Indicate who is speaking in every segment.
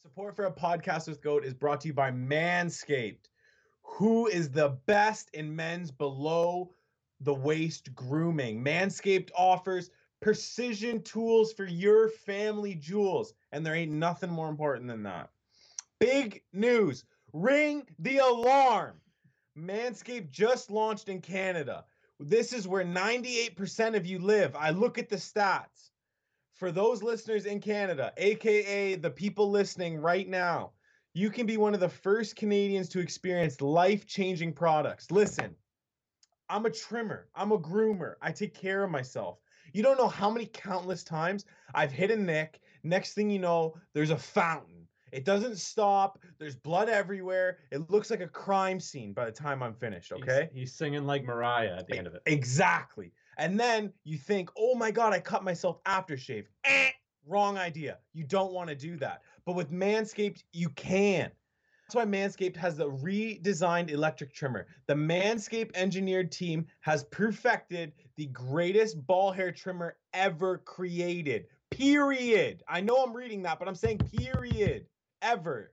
Speaker 1: support for a podcast with GOAT is brought to you by Manscaped, who is the best in men's below the waist grooming. Manscaped offers precision tools for your family jewels, and there ain't nothing more important than that. Big news ring the alarm. Manscaped just launched in Canada. This is where 98% of you live. I look at the stats. For those listeners in Canada, aka the people listening right now, you can be one of the first Canadians to experience life changing products. Listen, I'm a trimmer, I'm a groomer, I take care of myself. You don't know how many countless times I've hit a nick. Next thing you know, there's a fountain. It doesn't stop. There's blood everywhere. It looks like a crime scene by the time I'm finished,
Speaker 2: He's-
Speaker 1: okay?
Speaker 2: He's, singing like Mariah at the end of it.
Speaker 1: E Exactly. And then you think, oh my God, I cut myself aftershave. Eh, wrong idea. You don't want to do that. But with Manscaped, you can. That's why Manscaped has the redesigned electric trimmer. The Manscaped engineered team has perfected the greatest ball hair trimmer ever created. Period. I know I'm reading that, but I'm saying period. Ever.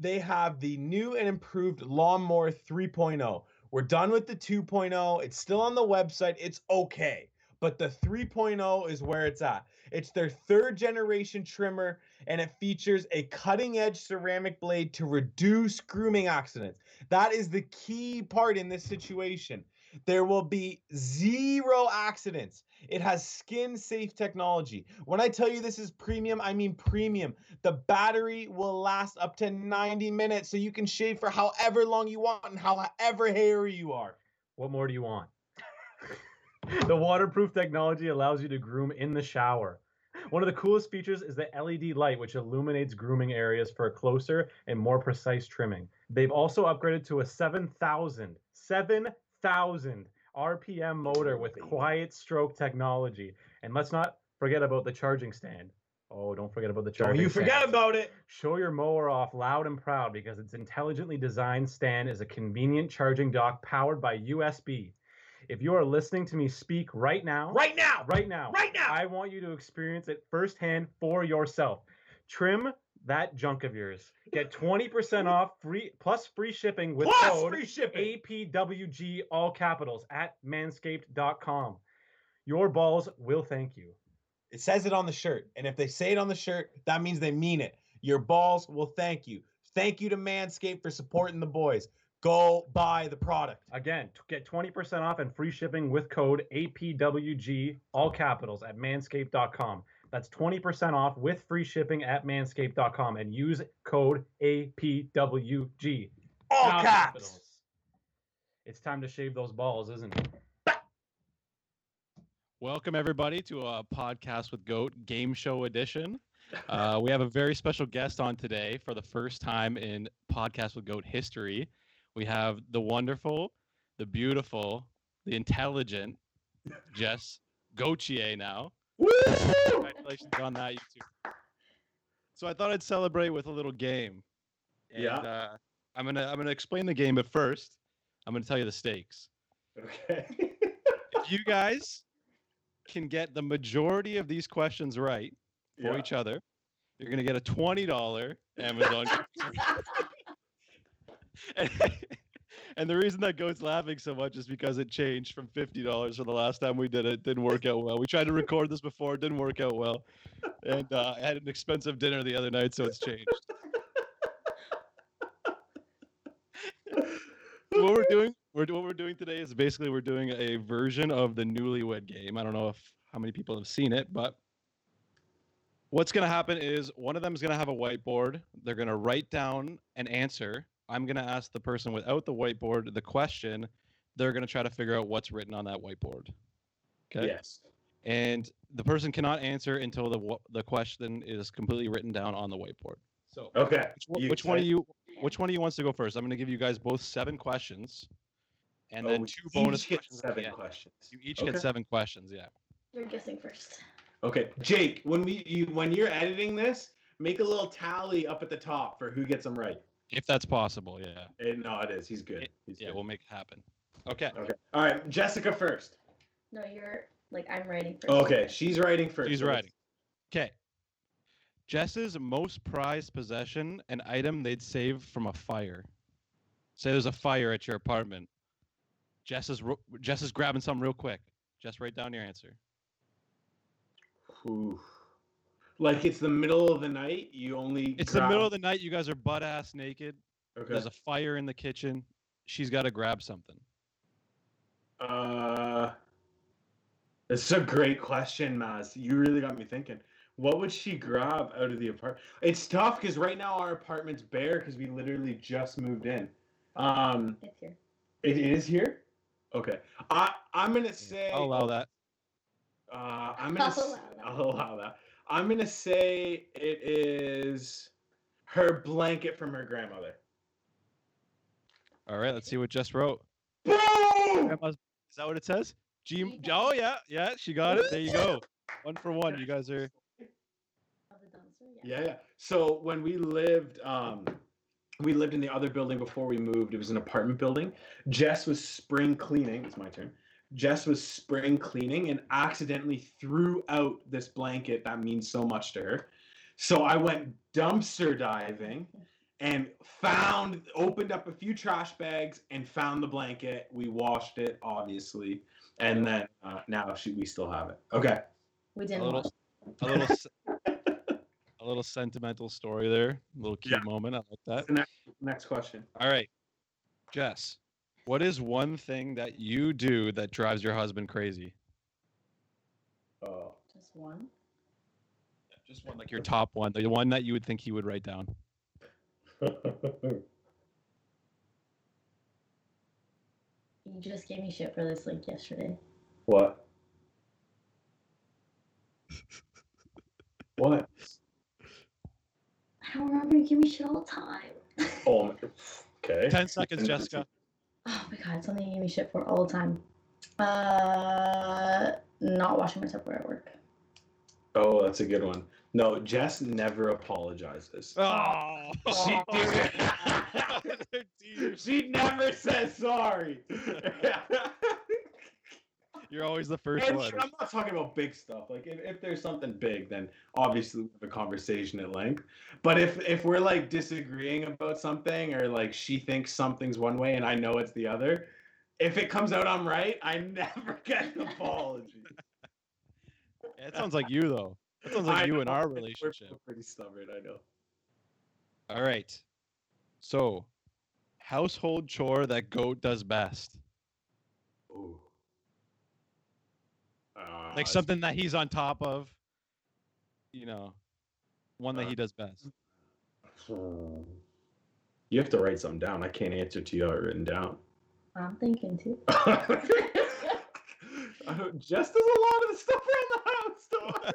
Speaker 1: They have the new and improved Lawnmower oh. 3.0. We're done with the 2.0. It's still on the website. It's okay. But the 3.0 is where it's at. It's their third generation trimmer and it features a cutting edge ceramic blade to reduce grooming accidents. That is the key part in this situation. There will be zero accidents. It has skin safe technology. When I tell you this is premium, I mean premium. The battery will last up to 90 minutes, so you can shave for however long you want and however hairy you are.
Speaker 2: What more do you want? the waterproof technology allows you to groom in the shower. One of the coolest features is the LED light, which illuminates grooming areas for a closer and more precise trimming. They've also upgraded to a 7,000, 7,000 RPM motor with quiet stroke technology. And let's not forget about the charging stand. Oh, don't forget about the charging
Speaker 1: Don't
Speaker 2: stand.
Speaker 1: you forget about it.
Speaker 2: Show your mower off loud and proud because its intelligently designed stand is a convenient charging dock powered by USB. If you are listening to me speak right now,
Speaker 1: Right now.
Speaker 2: right now,
Speaker 1: Right now.
Speaker 2: I want you to experience it firsthand for yourself. Trim that junk of yours. Get 20% off free plus free shipping with
Speaker 1: Plus
Speaker 2: code
Speaker 1: free shipping.
Speaker 2: APWG all capitals at manscaped.com. Your balls will thank you.
Speaker 1: It says it on the shirt. And if they say it on the shirt, that means they mean it. Your balls will thank you. Thank you to Manscaped for supporting the boys. Go buy the product.
Speaker 2: Again, t- get 20% off and free shipping with code APWG, all capitals, at manscaped.com. That's 20% off with free shipping at manscaped.com and use code APWG.
Speaker 1: All
Speaker 2: All
Speaker 1: caps.
Speaker 2: It's time to shave those balls, isn't it?
Speaker 3: Welcome everybody to a podcast with Goat Game Show Edition. Uh, we have a very special guest on today for the first time in podcast with Goat history. We have the wonderful, the beautiful, the intelligent Jess Gauthier. Now, congratulations on that, you two. So I thought I'd celebrate with a little game. And,
Speaker 4: Yeah.
Speaker 3: Uh, I'm gonna I'm gonna explain the game, but first, I'm gonna tell you the stakes
Speaker 4: Okay.
Speaker 3: if you guys can get the majority of these questions right for
Speaker 4: Yeah.
Speaker 3: each other, you're gonna get a twenty dollar Amazon. gift card. and the reason that goat's laughing so much is because it changed from fifty dollars for the last time we did it. It didn't work out well. We tried to record this before, it didn't work out well. And uh, I had an expensive dinner the other night, so it's changed. So what we're doing we're, what we're doing today is basically we're doing a version of the newlywed game i don't know if how many people have seen it but what's going to happen is one of them is going to have a whiteboard they're going to write down an answer i'm going to ask the person without the whiteboard the question they're going to try to figure out what's written on that whiteboard okay
Speaker 4: Yes.
Speaker 3: and the person cannot answer until the wh- the question is completely written down on the whiteboard so
Speaker 4: Okay.
Speaker 3: which, one-
Speaker 4: You
Speaker 3: which one of
Speaker 4: say-
Speaker 3: you? Which one of you wants to go first? I'm going to give you guys both seven questions, and
Speaker 4: Oh,
Speaker 3: then
Speaker 4: we
Speaker 3: two bonus
Speaker 4: each get
Speaker 3: questions. at the
Speaker 4: seven
Speaker 3: end.
Speaker 4: questions.
Speaker 3: You each
Speaker 4: Okay.
Speaker 3: get seven questions. Yeah.
Speaker 5: You're guessing first.
Speaker 4: Okay.
Speaker 1: Jake, when we you, when you're editing this, make a little tally up at the top for who gets them right.
Speaker 3: If that's possible, yeah.
Speaker 4: Eh, no, it is. He's good. He's
Speaker 3: Yeah,
Speaker 4: good.
Speaker 3: we'll make it happen. Okay.
Speaker 4: okay. All right. Jessica first.
Speaker 5: No, you're like I'm writing first.
Speaker 4: Okay. She's writing first.
Speaker 3: She's
Speaker 4: so it's-
Speaker 3: writing. Okay. Jess's most prized possession, an item they'd save from a fire. Say there's a fire at your apartment. Jess is ro- Jess is grabbing something real quick. Jess, write down your answer.
Speaker 4: Ooh. Like it's the middle of the night. You only.
Speaker 3: It's the middle of the night. You guys are butt ass naked.
Speaker 4: Okay.
Speaker 3: There's a fire in the kitchen. She's got to grab something.
Speaker 4: Uh, this is a great question, Maz. You really got me thinking. What would she grab out of the apartment? It's tough because right now our apartment's bare because we literally just moved in. Um,
Speaker 5: It's here.
Speaker 4: it is here. Okay, I I'm gonna say
Speaker 3: I'll allow that.
Speaker 4: uh, I'm gonna.
Speaker 5: I'll
Speaker 4: s-
Speaker 5: allow that.
Speaker 4: I'll allow that. I'm gonna say it is her blanket from her grandmother.
Speaker 3: All right, let's see what Jess wrote.
Speaker 4: Boom!
Speaker 3: Grandma's, is that what it says? G- oh yeah, yeah, she got it. There you go. One for one. You guys are.
Speaker 5: Of the dumpster, yeah.
Speaker 4: Yeah, yeah. So when we lived, um, we lived in the other building before we moved. It was an apartment building. Jess was spring cleaning. It's my turn. Jess was spring cleaning and accidentally threw out this blanket that means so much to her. So I went dumpster diving and found, opened up a few trash bags and found the blanket. We washed it, obviously, and then uh, now she, we still have it. Okay.
Speaker 5: We didn't.
Speaker 3: little-
Speaker 5: watch.
Speaker 3: a little s- a little sentimental story there a little cute
Speaker 4: Yeah.
Speaker 3: moment i like that
Speaker 4: Next, next question.
Speaker 3: all right jess what is one thing that you do that drives your husband crazy
Speaker 4: Oh.
Speaker 5: Just one.
Speaker 3: just one like your top one the one that you would think he would write down
Speaker 5: You just gave me shit for this like yesterday.
Speaker 4: What? what?
Speaker 5: I don't remember. You give me shit all the time.
Speaker 4: Oh, my- okay.
Speaker 3: 10 seconds jessica
Speaker 5: Oh my god, something you give me shit for all the time. Uh, not washing my Tupperware at work.
Speaker 4: Oh, that's a good one. No, Jess never apologizes.
Speaker 3: oh
Speaker 4: She,
Speaker 3: Dude,
Speaker 4: she never says sorry.
Speaker 3: you're always the first
Speaker 4: And
Speaker 3: one
Speaker 4: sure, I'm not talking about big stuff. Like if, if there's something big, then obviously we have a conversation at length. But if if we're like disagreeing about something or like she thinks something's one way and I know it's the other, if it comes out I'm right, I never get an apology.
Speaker 3: that sounds like you though that sounds like
Speaker 4: I
Speaker 3: you in
Speaker 4: know,
Speaker 3: our
Speaker 4: we're
Speaker 3: relationship
Speaker 4: pretty stubborn, I know.
Speaker 3: all right so household chore that goat does best
Speaker 4: Ooh. Uh,
Speaker 3: like something that he's on top of. You know, one that
Speaker 4: Uh,
Speaker 3: he does best.
Speaker 4: Ah, You have to write something down. I can't answer to you written down.
Speaker 5: I'm thinking too.
Speaker 4: Uh, Jess does a lot of the stuff around the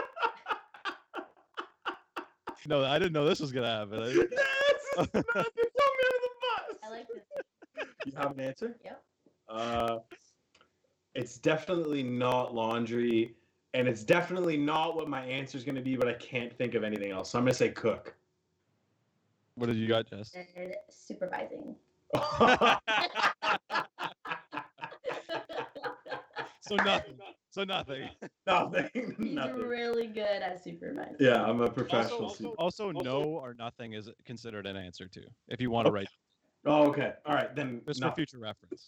Speaker 4: house.
Speaker 3: No, I didn't know this was gonna happen.
Speaker 4: Though.
Speaker 3: I-
Speaker 4: yes, it's not, you throw me under the
Speaker 5: I
Speaker 4: bus.
Speaker 5: like this.
Speaker 4: You have an answer?
Speaker 5: Yep.
Speaker 4: Uh, it's definitely not laundry, and it's definitely not what my answer is going to be. But I can't think of anything else, so I'm going to say cook.
Speaker 3: What did you got, Jess?
Speaker 5: And supervising.
Speaker 3: So nothing. So nothing.
Speaker 4: nothing.
Speaker 5: He's
Speaker 4: Nothing.
Speaker 5: really good at supervising.
Speaker 4: Yeah, I'm a
Speaker 3: Also,
Speaker 4: professional.
Speaker 3: also,
Speaker 4: super-
Speaker 3: also no or nothing is considered an answer to if you want to
Speaker 4: Okay.
Speaker 3: write
Speaker 4: oh, okay. All right, then.
Speaker 3: just
Speaker 4: no.
Speaker 3: for future reference.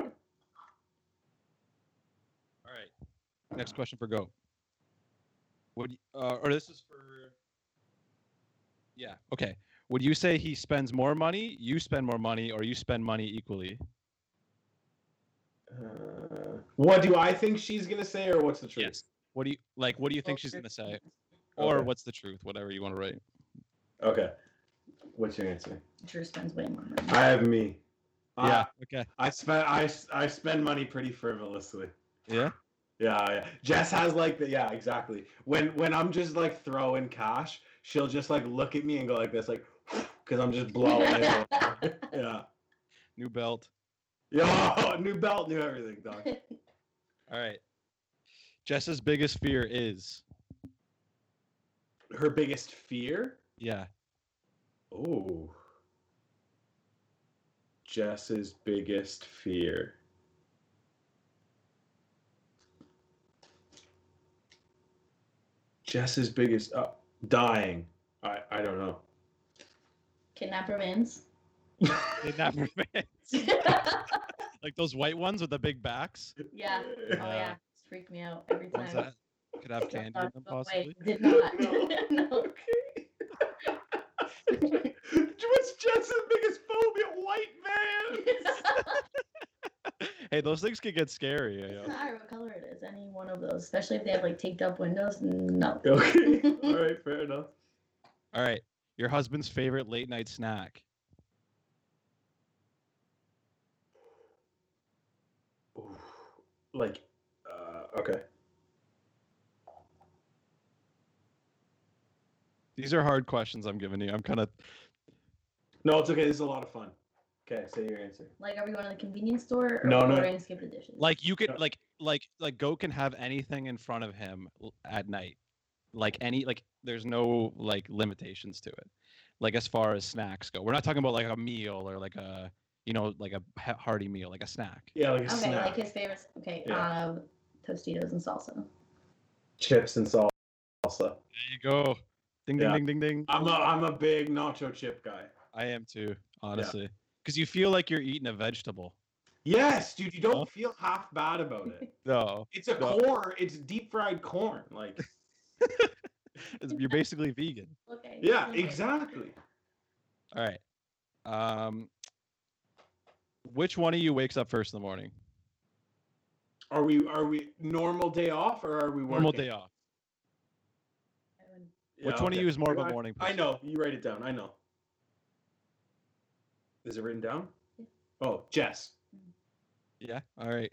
Speaker 3: All right. Next question for Go. Would uh, or this is for Yeah, okay. Would you say he spends more money, you spend more money, or you spend money equally?
Speaker 4: Uh, what do I think she's going to say, or what's the truth?
Speaker 3: Yes. What do you like what do you think she's gonna say? Or
Speaker 4: Okay.
Speaker 3: what's the truth? Whatever you want to write.
Speaker 4: Okay. What's your answer?
Speaker 5: Drew spends way more money.
Speaker 4: I have me.
Speaker 3: yeah. Okay.
Speaker 4: I, I spend I, s- I spend money pretty frivolously.
Speaker 3: Yeah.
Speaker 4: Yeah, yeah. Jess has like the yeah, exactly. When when I'm just like throwing cash, she'll just like look at me and go like this, like because I'm just blowing. it. yeah.
Speaker 3: New belt.
Speaker 4: Yo, new belt, new everything, dog.
Speaker 3: All right. Jess's biggest fear is
Speaker 4: Her biggest fear.
Speaker 3: yeah.
Speaker 4: Oh. Jess's biggest fear. Jess's biggest uh, dying. I, I don't know.
Speaker 5: Kidnapper mans.
Speaker 3: Kidnap remains.
Speaker 5: yeah.
Speaker 3: like those white ones with the big backs.
Speaker 5: Oh yeah. It's freaked me out every
Speaker 3: Ones
Speaker 5: time.
Speaker 3: that could have candy in them
Speaker 5: Oh,
Speaker 3: possibly.
Speaker 5: Wait, did not. no.
Speaker 4: What's Jess's biggest phobia? White man.
Speaker 3: hey, those things could get scary. You
Speaker 5: Doesn't
Speaker 3: know?
Speaker 5: matter what color it is, any one of those, especially if they have like taped up windows. No.
Speaker 4: Okay. All right. Fair enough.
Speaker 3: All right. Your husband's favorite late night snack.
Speaker 4: Ooh, like, uh, okay.
Speaker 3: These are hard questions I'm giving you. I'm kind of
Speaker 4: No, it's okay. This is a lot of fun. Okay, say your answer.
Speaker 5: Like, are we going to the convenience store or
Speaker 4: No, no.
Speaker 5: ordering skip the dishes?
Speaker 3: like you could
Speaker 4: Yeah.
Speaker 3: like like like goat can have anything in front of him l- at night. Like any like there's no like limitations to it. Like as far as snacks go. We're not talking about like a meal or like a you know like a he- hearty meal, like a snack.
Speaker 4: Yeah, like a
Speaker 5: okay,
Speaker 4: snack.
Speaker 5: like his favorites. Okay,
Speaker 4: Yeah.
Speaker 5: um, Tostitos and salsa.
Speaker 4: Chips and sal- salsa.
Speaker 3: There you go. Ding ding
Speaker 4: Yeah.
Speaker 3: ding ding ding.
Speaker 4: I'm a I'm a big nacho chip guy.
Speaker 3: I am too, honestly. Because you feel like you're eating a vegetable.
Speaker 4: Yes, dude. You
Speaker 3: Huh?
Speaker 4: don't feel half bad about it.
Speaker 3: No.
Speaker 4: It's a
Speaker 3: No.
Speaker 4: corn. It's deep fried corn. Like,
Speaker 3: It's- You're basically vegan.
Speaker 5: Okay.
Speaker 4: yeah,
Speaker 5: okay.
Speaker 4: exactly.
Speaker 3: All right. Um, which one of you wakes up first in the morning?
Speaker 4: Are we are we normal day off or are we working?
Speaker 3: Normal day off.
Speaker 4: Yeah,
Speaker 3: which one of
Speaker 4: okay.
Speaker 3: you is more of
Speaker 4: I-
Speaker 3: a morning
Speaker 4: I
Speaker 3: person?
Speaker 4: know. You write it down. I know. Is it written down? Oh, Jess.
Speaker 3: Yeah. All right.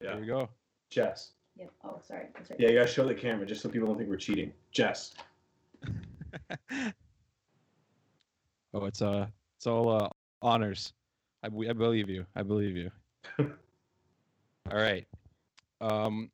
Speaker 4: Yeah.
Speaker 3: There we go.
Speaker 4: Jess.
Speaker 5: Yep. Oh, sorry. That's right.
Speaker 4: Yeah, you gotta show the camera just so people don't think we're cheating. Jess.
Speaker 3: Oh, it's uh, it's all uh, honors. I, we- I believe you. I believe you. all right. Um.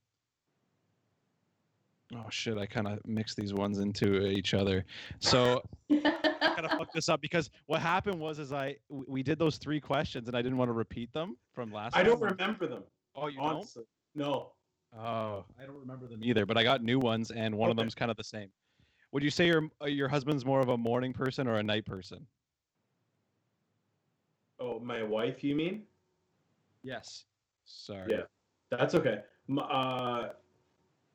Speaker 3: Oh shit! I kind of mixed these ones into each other. So gotta fuck this up because what happened was is I w- we did those three questions and I didn't want to repeat them from last.
Speaker 4: I
Speaker 3: time.
Speaker 4: don't remember them.
Speaker 3: Oh, you don't?
Speaker 4: honestly. No.
Speaker 3: Oh, I don't remember them either. But I got new ones, and one of
Speaker 4: Okay.
Speaker 3: them's kind of the same. Would you say your uh, your husband's more of a morning person or a night person?
Speaker 4: Oh, my wife, you mean?
Speaker 3: Yes. Sorry.
Speaker 4: Yeah. That's okay. M- uh,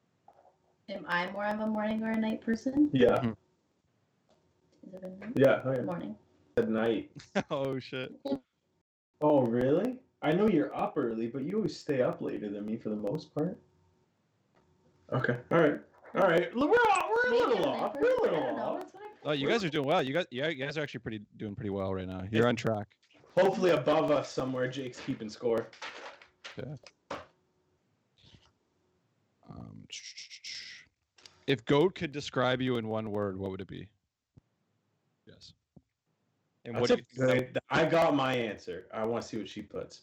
Speaker 5: Am I more of a morning or a night person?
Speaker 4: yeah,
Speaker 5: Is it a night?
Speaker 4: yeah. okay.
Speaker 5: Morning.
Speaker 4: At night.
Speaker 3: oh shit.
Speaker 4: Oh, really? I know you're up early, but you always stay up later than me for the most part. Okay. All right. All right. Look, We're, all, we're
Speaker 5: Maybe
Speaker 4: a little
Speaker 5: night
Speaker 4: off.
Speaker 5: person,
Speaker 4: We're a
Speaker 5: I don't
Speaker 4: little
Speaker 5: know,
Speaker 4: off.
Speaker 5: that's what I
Speaker 3: Oh, you guys are doing well. You guys, yeah, you guys are actually pretty doing pretty well right now. You're on track.
Speaker 4: Hopefully above us somewhere, Jake's keeping score.
Speaker 3: Um, if goat could describe you in one word, what would it be? Yes. And what
Speaker 4: That's
Speaker 3: do
Speaker 4: a
Speaker 3: you think? that-
Speaker 4: good- I got my answer. I want to see what she puts.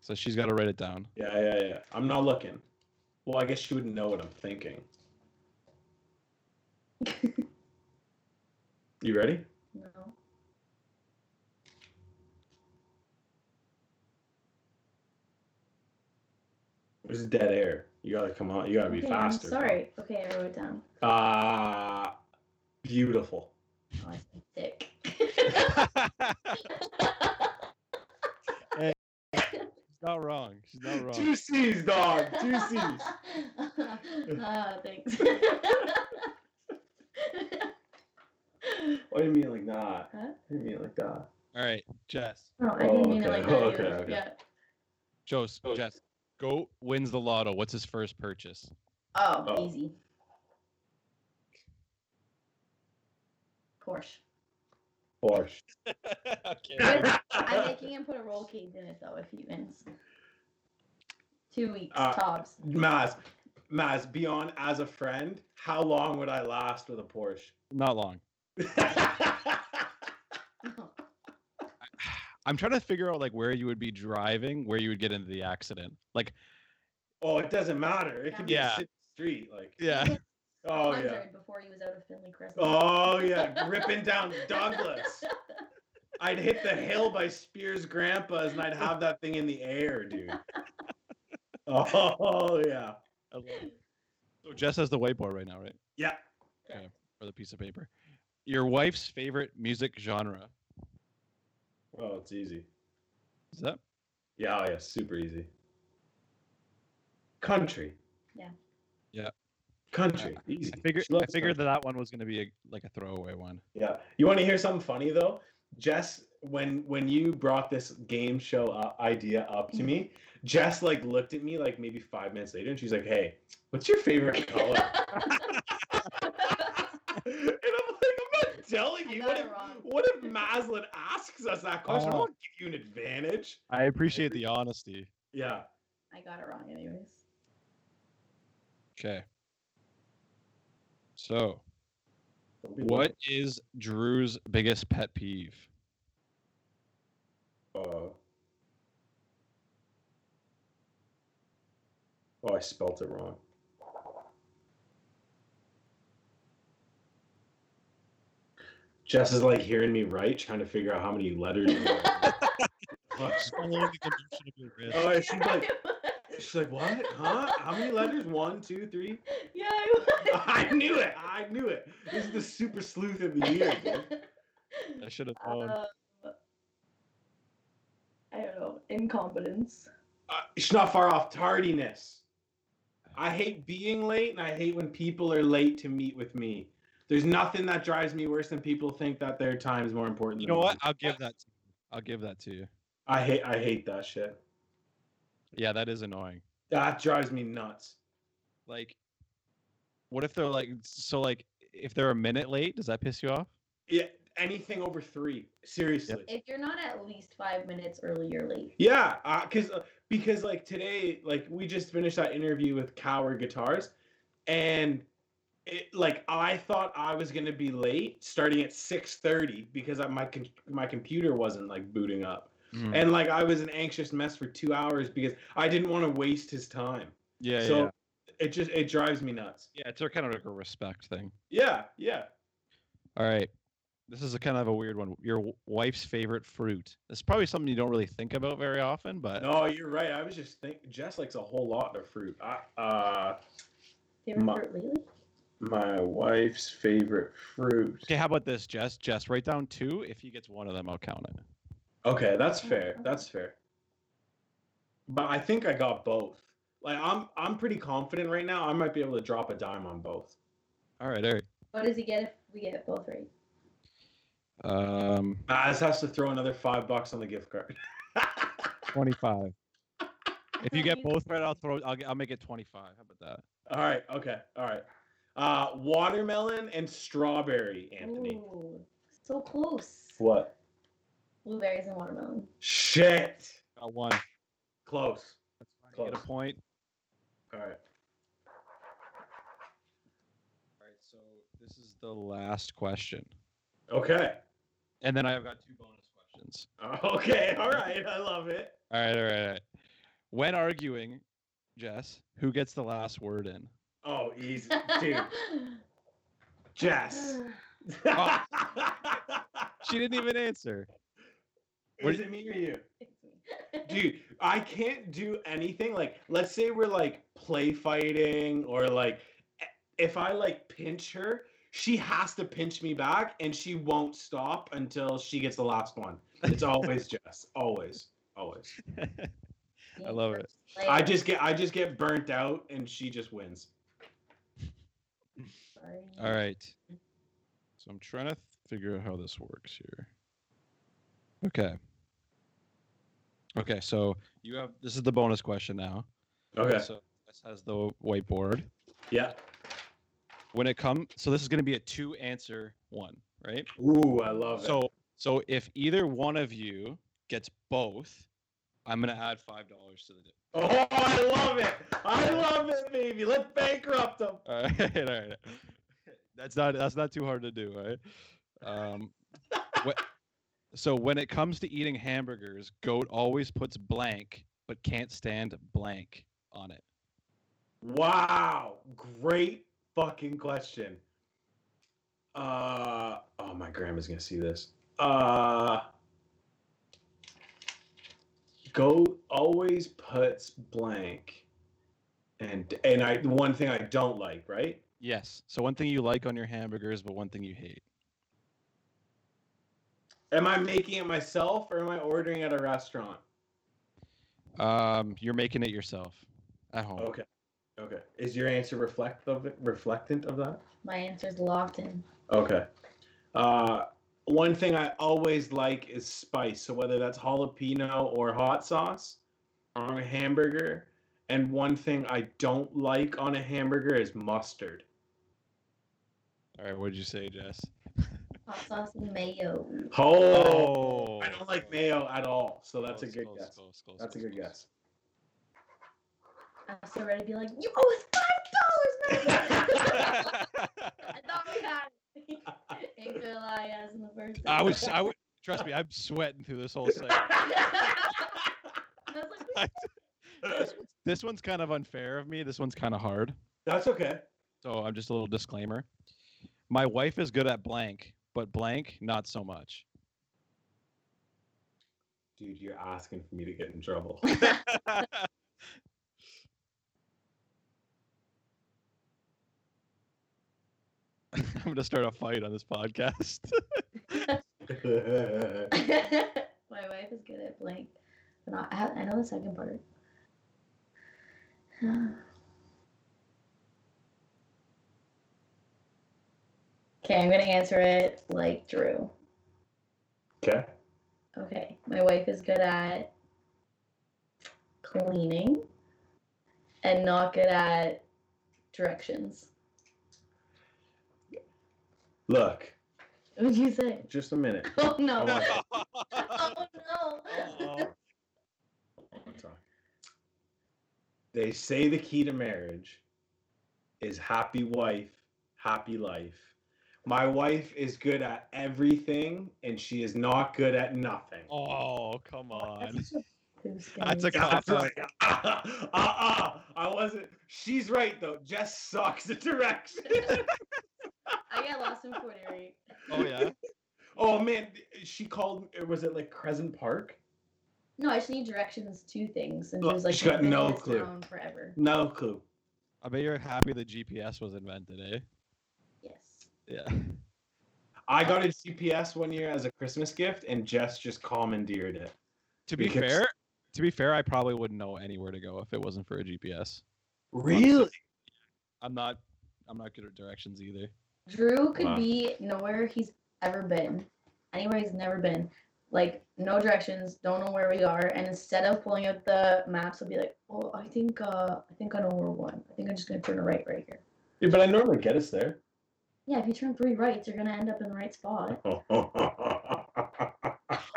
Speaker 3: So she's got to write it down.
Speaker 4: Yeah, yeah, yeah. I'm not looking. Well, I guess she wouldn't know what I'm thinking. you ready?
Speaker 5: No.
Speaker 4: There's dead air. You gotta come on. You gotta be
Speaker 5: Okay, I'm
Speaker 4: faster.
Speaker 5: sorry. Okay, I wrote it down.
Speaker 4: Ah, beautiful.
Speaker 5: Oh, I said dick.
Speaker 3: She's not wrong. She's not wrong.
Speaker 4: Two C's, dog. Two C's.
Speaker 5: Ah, thanks.
Speaker 4: What do you mean like that?
Speaker 5: Huh?
Speaker 4: What do you mean like that?
Speaker 3: All right, Jess.
Speaker 5: No, I didn't
Speaker 4: Oh,
Speaker 5: mean it
Speaker 4: okay.
Speaker 5: like that.
Speaker 4: Oh,
Speaker 5: either.
Speaker 4: okay, okay.
Speaker 5: Yeah.
Speaker 3: Jose, Jess, Goat wins the lotto. What's his first purchase?
Speaker 5: Oh,
Speaker 4: Oh.
Speaker 5: easy. Porsche.
Speaker 4: Borscht.
Speaker 3: okay.
Speaker 5: I'm making him put a roll cage in it though if he wins. Two weeks
Speaker 4: Uh,
Speaker 5: tops.
Speaker 4: Maz, Maz, be on as a friend. How long would I last with a Porsche?
Speaker 3: Not long.
Speaker 4: oh,
Speaker 3: I'm trying to figure out like where you would be driving, where you would get into the accident. Like,
Speaker 4: oh, it doesn't matter. It can be
Speaker 3: Yeah.
Speaker 4: a city street. Like,
Speaker 3: yeah,
Speaker 4: oh yeah.
Speaker 5: Hundred Before he was out of Finley Crescent.
Speaker 4: Oh yeah, ripping down Douglas. I'd hit the hill by Spears Grandpa's and I'd have that thing in the air, dude. Oh yeah.
Speaker 3: I love it. So Jess has the whiteboard right now, right?
Speaker 4: Yeah.
Speaker 5: Yeah.
Speaker 3: or the piece of paper. Your wife's favorite music genre.
Speaker 4: Oh, it's easy.
Speaker 3: Is that
Speaker 4: Yeah, oh yeah, super easy. Country.
Speaker 5: Yeah.
Speaker 3: Yeah.
Speaker 4: Country. Easy.
Speaker 3: I figured
Speaker 4: She loves
Speaker 3: I figured
Speaker 4: country.
Speaker 3: that that one was going to be a, like a throwaway one.
Speaker 4: Yeah. You want to hear something funny though? Jess, when when you brought this game show uh, idea up to me, Jess like looked at me like maybe five minutes later, and she's like, "Hey, what's your favorite color?" and I'm like, "I'm not telling you.
Speaker 5: got
Speaker 4: What
Speaker 5: it
Speaker 4: if
Speaker 5: wrong."
Speaker 4: what if Maslin asks us that question? I
Speaker 3: Oh.
Speaker 4: won't give you an advantage."
Speaker 3: I appreciate the honesty.
Speaker 4: Yeah.
Speaker 5: I got it wrong, anyways.
Speaker 3: Okay. So,
Speaker 4: Don't be
Speaker 3: what is Drew's biggest pet peeve?
Speaker 4: Uh, oh, I spelt it wrong. Jess is like hearing me right, trying to figure out how many letters. oh, and she's like, she's like, what? Huh? How many letters? One, two, three.
Speaker 5: Yeah, I was.
Speaker 4: I knew it. I knew it. This is the super sleuth of the year. Dude.
Speaker 3: I should have known.
Speaker 4: oh,
Speaker 5: Um, I don't know. Incompetence.
Speaker 4: uh, it's not far off tardiness. I hate being late, and I hate when people are late to meet with me. There's nothing that drives me worse than people think that their time is more important.
Speaker 3: you
Speaker 4: than
Speaker 3: know what?
Speaker 4: mine.
Speaker 3: I'll give that. To you. I'll give that to you.
Speaker 4: I hate. I hate that shit.
Speaker 3: Yeah, that is annoying.
Speaker 4: That drives me nuts.
Speaker 3: Like, what if they're like so? Like, if they're a minute late, does that piss you off?
Speaker 4: Yeah, anything over three. Seriously.
Speaker 5: If you're not at least five minutes early, you're late.
Speaker 4: Yeah, uh, cause uh, because like today, like we just finished that interview with Coward Guitars, and it like I thought I was gonna be late starting at six thirty because I, my con- my computer wasn't like booting up,
Speaker 3: Mm.
Speaker 4: and like I was an anxious mess for two hours because I didn't want to waste his time.
Speaker 3: Yeah, yeah,
Speaker 4: so
Speaker 3: yeah.
Speaker 4: it just it drives me nuts.
Speaker 3: Yeah, it's a kind of like a respect thing.
Speaker 4: Yeah, yeah.
Speaker 3: All right. This is a kind of a weird one. Your w- wife's favorite fruit. This is probably something you don't really think about very often, but
Speaker 4: No, you're right. I was just think Jess likes a whole lot of fruit. I, uh,
Speaker 5: They
Speaker 4: Ma-
Speaker 5: were lately?
Speaker 4: my wife's favorite fruit.
Speaker 3: okay. How about this, Jess? Jess, write down two. If he gets one of them, I'll count it.
Speaker 4: Okay, that's
Speaker 5: Yeah,
Speaker 4: fair.
Speaker 5: okay.
Speaker 4: That's fair. But I think I got both. Like I'm I'm pretty confident right now. I might be able to drop a dime on both.
Speaker 3: All right, all right.
Speaker 5: What does he get if we get both right?
Speaker 3: Um,
Speaker 4: Maz has to throw another five bucks on the gift card.
Speaker 3: twenty-five. If you get
Speaker 5: Twenty-
Speaker 3: both right, I'll throw. I'll, get, I'll make it twenty-five. How about that?
Speaker 4: all right, okay, all right. Uh watermelon and strawberry, Anthony.
Speaker 5: Ooh, so close.
Speaker 4: What?
Speaker 5: Blueberries and watermelon.
Speaker 4: Shit.
Speaker 3: Got one.
Speaker 4: Close.
Speaker 3: You Get a
Speaker 4: Close.
Speaker 3: point.
Speaker 4: All right.
Speaker 3: All right. So this is the last question,
Speaker 4: Okay.
Speaker 3: and then I've got two bonus questions.
Speaker 4: Okay, all right. I love it.
Speaker 3: All right, all right, all right. When arguing, Jess, who gets the last word in?
Speaker 4: Oh, easy. Dude, Jess.
Speaker 3: She didn't even answer. what
Speaker 4: Is
Speaker 3: did-
Speaker 4: it me or you? dude i can't do anything like let's say we're like play fighting or like e, if i like pinch her she has to pinch me back and she won't stop until she gets the last one it's always jess always always
Speaker 3: I love it.
Speaker 4: i just get i just get burnt out and she just wins
Speaker 3: All right. So I'm trying to th- figure out how this works here. Okay. Okay, so you have this is the bonus question now. So this has the whiteboard.
Speaker 4: yeah
Speaker 3: When it comes, so this is going to be a two answer one, right?
Speaker 4: ooh i love it
Speaker 3: So so if either one of you gets both, I'm going to add $5 to the dip.
Speaker 4: oh i love it i love it baby let's bankrupt them
Speaker 3: All right. All right. That's not that's not too hard to do, right? Um wh- So when it comes to eating hamburgers, goat always puts blank but can't stand blank on it.
Speaker 4: Wow, great fucking question. Uh oh, my grandma's gonna see this. Uh, goat always puts blank, and and I the one thing I don't like, right?
Speaker 3: Yes. So one thing you like on your hamburgers, but one thing you hate.
Speaker 4: Am I making it myself or am I ordering at a restaurant?
Speaker 3: Um, you're making it yourself at home.
Speaker 4: Okay. Okay. Is your answer reflect of it, reflectant of that?
Speaker 5: My answer's Lofton.
Speaker 4: Okay. Uh, one thing I always like is spice. So whether that's jalapeno or hot sauce on a hamburger, and one thing I don't like on a hamburger is mustard.
Speaker 3: All right. What did you say, Jess?
Speaker 5: Hot sauce and mayo.
Speaker 4: Oh, I don't like mayo at all. So that's a good guess. That's a good guess.
Speaker 5: I'm so ready to be like, you owe us five dollars, I thought we had it. Ain't gonna lie, as in the first.
Speaker 3: I was. I would trust me. I'm sweating through this whole thing.
Speaker 5: I was like,
Speaker 3: this one's kind of unfair of me. This one's kind of hard.
Speaker 4: That's okay.
Speaker 3: So I'm just a little disclaimer. My wife is good at blank, but blank not so much.
Speaker 4: Dude, you're asking for me to get in trouble.
Speaker 3: I'm gonna start a fight on this podcast.
Speaker 5: My wife is good at blank. But not, I, have, I know the second part. okay, I'm gonna answer it like Drew.
Speaker 4: okay.
Speaker 5: Okay. My wife is good at cleaning and not good at directions.
Speaker 4: Look,
Speaker 5: What would you say?
Speaker 4: just a minute.
Speaker 5: Oh no.
Speaker 4: I want-
Speaker 5: oh no.
Speaker 4: I'm sorry. They say the key to marriage is happy wife, happy life. My wife is good at everything, and she is not good at nothing.
Speaker 3: oh, come on.
Speaker 5: That's such a goose
Speaker 3: That's a
Speaker 5: game.
Speaker 3: cop
Speaker 4: That's right. Uh-uh. Uh-uh. I wasn't. She's right though. Jess sucks at direction.
Speaker 5: I got lost in Puerto Rico.
Speaker 3: Oh yeah.
Speaker 4: oh man, she called. Was it like Crescent Park?
Speaker 5: No, I just need directions to things. And she
Speaker 4: Look,
Speaker 5: was like,
Speaker 4: she's got
Speaker 5: "You've been
Speaker 4: no
Speaker 5: in this
Speaker 4: clue."
Speaker 5: town Forever.
Speaker 4: No clue.
Speaker 3: I bet you're happy that GPS was invented, eh?
Speaker 5: Yes.
Speaker 3: Yeah.
Speaker 4: I got a GPS one year as a Christmas gift, and Jess just commandeered it.
Speaker 3: To be
Speaker 4: Because-
Speaker 3: fair, to be fair, I probably wouldn't know anywhere to go if it wasn't for a GPS.
Speaker 4: Really?
Speaker 3: I'm not. I'm not good at directions either.
Speaker 5: Drew could
Speaker 4: Wow.
Speaker 5: be nowhere he's ever been, anywhere he's never been. Like, no directions, don't know where we are. And instead of pulling out the maps, I'll be like, oh, I think, uh, I think I know where one. I think I'm just going to turn right right here.
Speaker 4: Yeah, but I normally get us there.
Speaker 5: Yeah, if you turn three rights, you're going to end up in the right spot.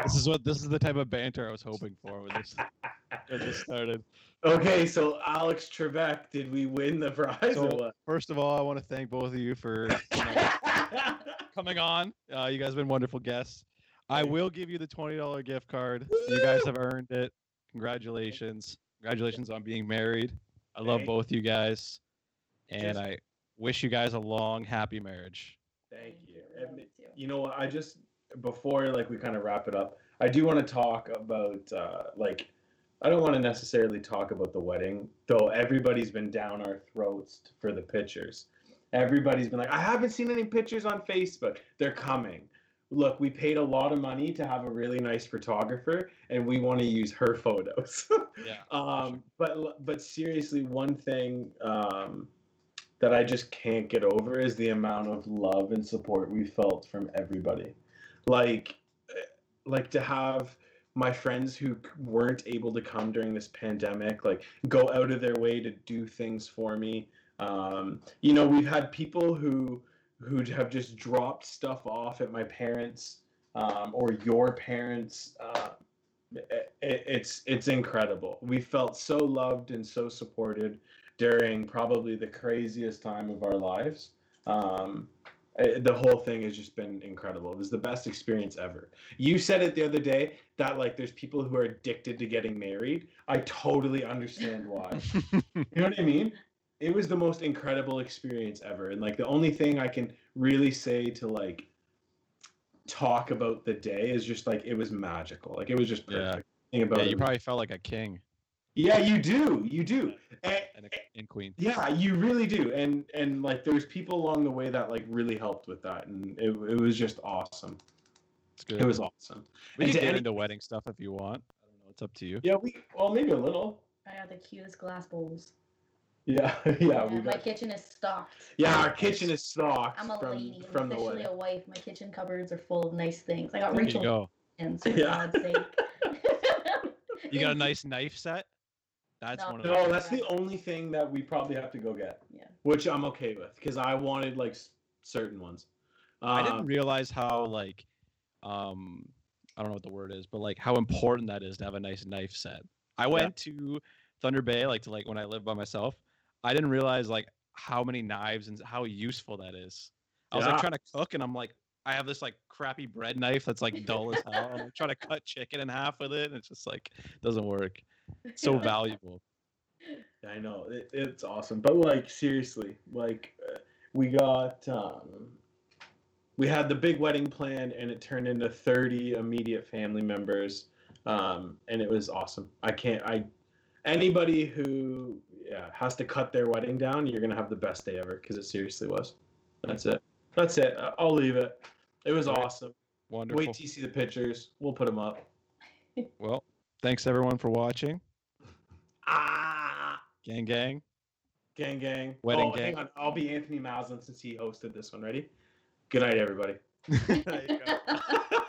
Speaker 3: This is what. This is the type of banter I was hoping for when this when this started.
Speaker 4: okay, so Alex Trebek, did we win the prize
Speaker 3: So-
Speaker 4: or what?
Speaker 3: First of all, I want to thank both of you for you know, coming on. Uh, you guys have been wonderful guests. I
Speaker 4: Thanks.
Speaker 3: will give you the twenty dollar gift card. You guys have earned it. Congratulations! Congratulations on being married. I love
Speaker 4: Thank-
Speaker 3: both you guys,
Speaker 4: Yes.
Speaker 3: and I wish you guys a long, happy marriage.
Speaker 4: Thank you.
Speaker 5: I love
Speaker 4: And
Speaker 5: you too.
Speaker 4: you know what? I just before like we kind of wrap it up, I do want to talk about uh, like I don't want to necessarily talk about the wedding, though. Everybody's been down our throats for the pictures. Everybody's been like, I haven't seen any pictures on Facebook. They're coming. Look, we paid a lot of money to have a really nice photographer, and we want to use her photos.
Speaker 3: Yeah.
Speaker 4: um, but but seriously, one thing um, that I just can't get over is the amount of love and support we felt from everybody. Like eh, like to have my friends who c- weren't able to come during this pandemic like go out of their way to do things for me. Um, you know, we've had people who who have just dropped stuff off at my parents um, or your parents. Uh, it, it's it's incredible. We felt so loved and so supported during probably the craziest time of our lives. Um, eh, the whole thing has just been incredible. It was the best experience ever. You said it the other day that like there's people who are addicted to getting married. I totally understand why. You know what I mean? It was the most incredible experience ever. And like the only thing I can really say to like talk about the day is just like it was magical. Like it was just
Speaker 3: Yeah.
Speaker 4: perfect. Thing about
Speaker 3: yeah,
Speaker 4: it
Speaker 3: you
Speaker 4: was-
Speaker 3: probably felt like a king.
Speaker 4: Yeah, you do. You do. And,
Speaker 3: and, and Queen.
Speaker 4: yeah, you really do. And and like there's people along the way that like really helped with that and it, it was just awesome.
Speaker 3: It's good.
Speaker 4: It was awesome.
Speaker 3: we
Speaker 4: and
Speaker 3: can
Speaker 4: to
Speaker 3: get
Speaker 4: any-
Speaker 3: into wedding stuff if you want. I don't know. It's up to you.
Speaker 4: Yeah, we well maybe a little.
Speaker 5: I got the cutest glass bowls.
Speaker 4: Yeah, yeah, we
Speaker 5: And my
Speaker 4: got,
Speaker 5: kitchen is stocked.
Speaker 4: yeah. Our kitchen is stocked
Speaker 5: I'm a
Speaker 4: from
Speaker 5: lady. I'm
Speaker 4: from the
Speaker 5: officially
Speaker 4: wedding.
Speaker 5: a wife. My kitchen cupboards are full of nice things. I got
Speaker 3: There
Speaker 5: Rachel
Speaker 3: you go.
Speaker 5: hands, for
Speaker 4: Yeah.
Speaker 5: God's sake.
Speaker 3: You got a nice knife set. That's
Speaker 5: No.
Speaker 3: one of
Speaker 4: No,
Speaker 3: the.
Speaker 4: that's the only thing that we probably have to go get.
Speaker 5: Yeah.
Speaker 4: Which I'm okay with because I wanted like s- certain ones. Um,
Speaker 3: I didn't realize how like, um, I don't know what the word is, but like how important that is to have a nice knife set. I went to Thunder Bay like to like when I lived by myself. I didn't realize like how many knives and how useful that is. I was
Speaker 4: Yeah.
Speaker 3: like trying to cook and I'm like I have this like crappy bread knife that's like dull as hell. and I'm trying to cut chicken in half with it and it's just like doesn't work. It's so valuable.
Speaker 4: I know it, it's awesome, but like seriously, like uh, we got um, we had the big wedding plan, and it turned into thirty immediate family members, um, and it was awesome. I can't. I anybody who yeah, has to cut their wedding down, you're gonna have the best day ever because it seriously was. That's it. That's it. I- I'll leave it. It was
Speaker 3: Alright.
Speaker 4: awesome.
Speaker 3: Wonderful.
Speaker 4: Wait till you see the pictures. We'll put them up.
Speaker 3: Well, thanks everyone for watching.
Speaker 4: Ah,
Speaker 3: Gang gang.
Speaker 4: gang, gang.
Speaker 3: Wedding
Speaker 4: oh,
Speaker 3: gang.
Speaker 4: Hang on. I'll be Anthony Maslin since he hosted this one. Ready? Good night, everybody.
Speaker 5: you go.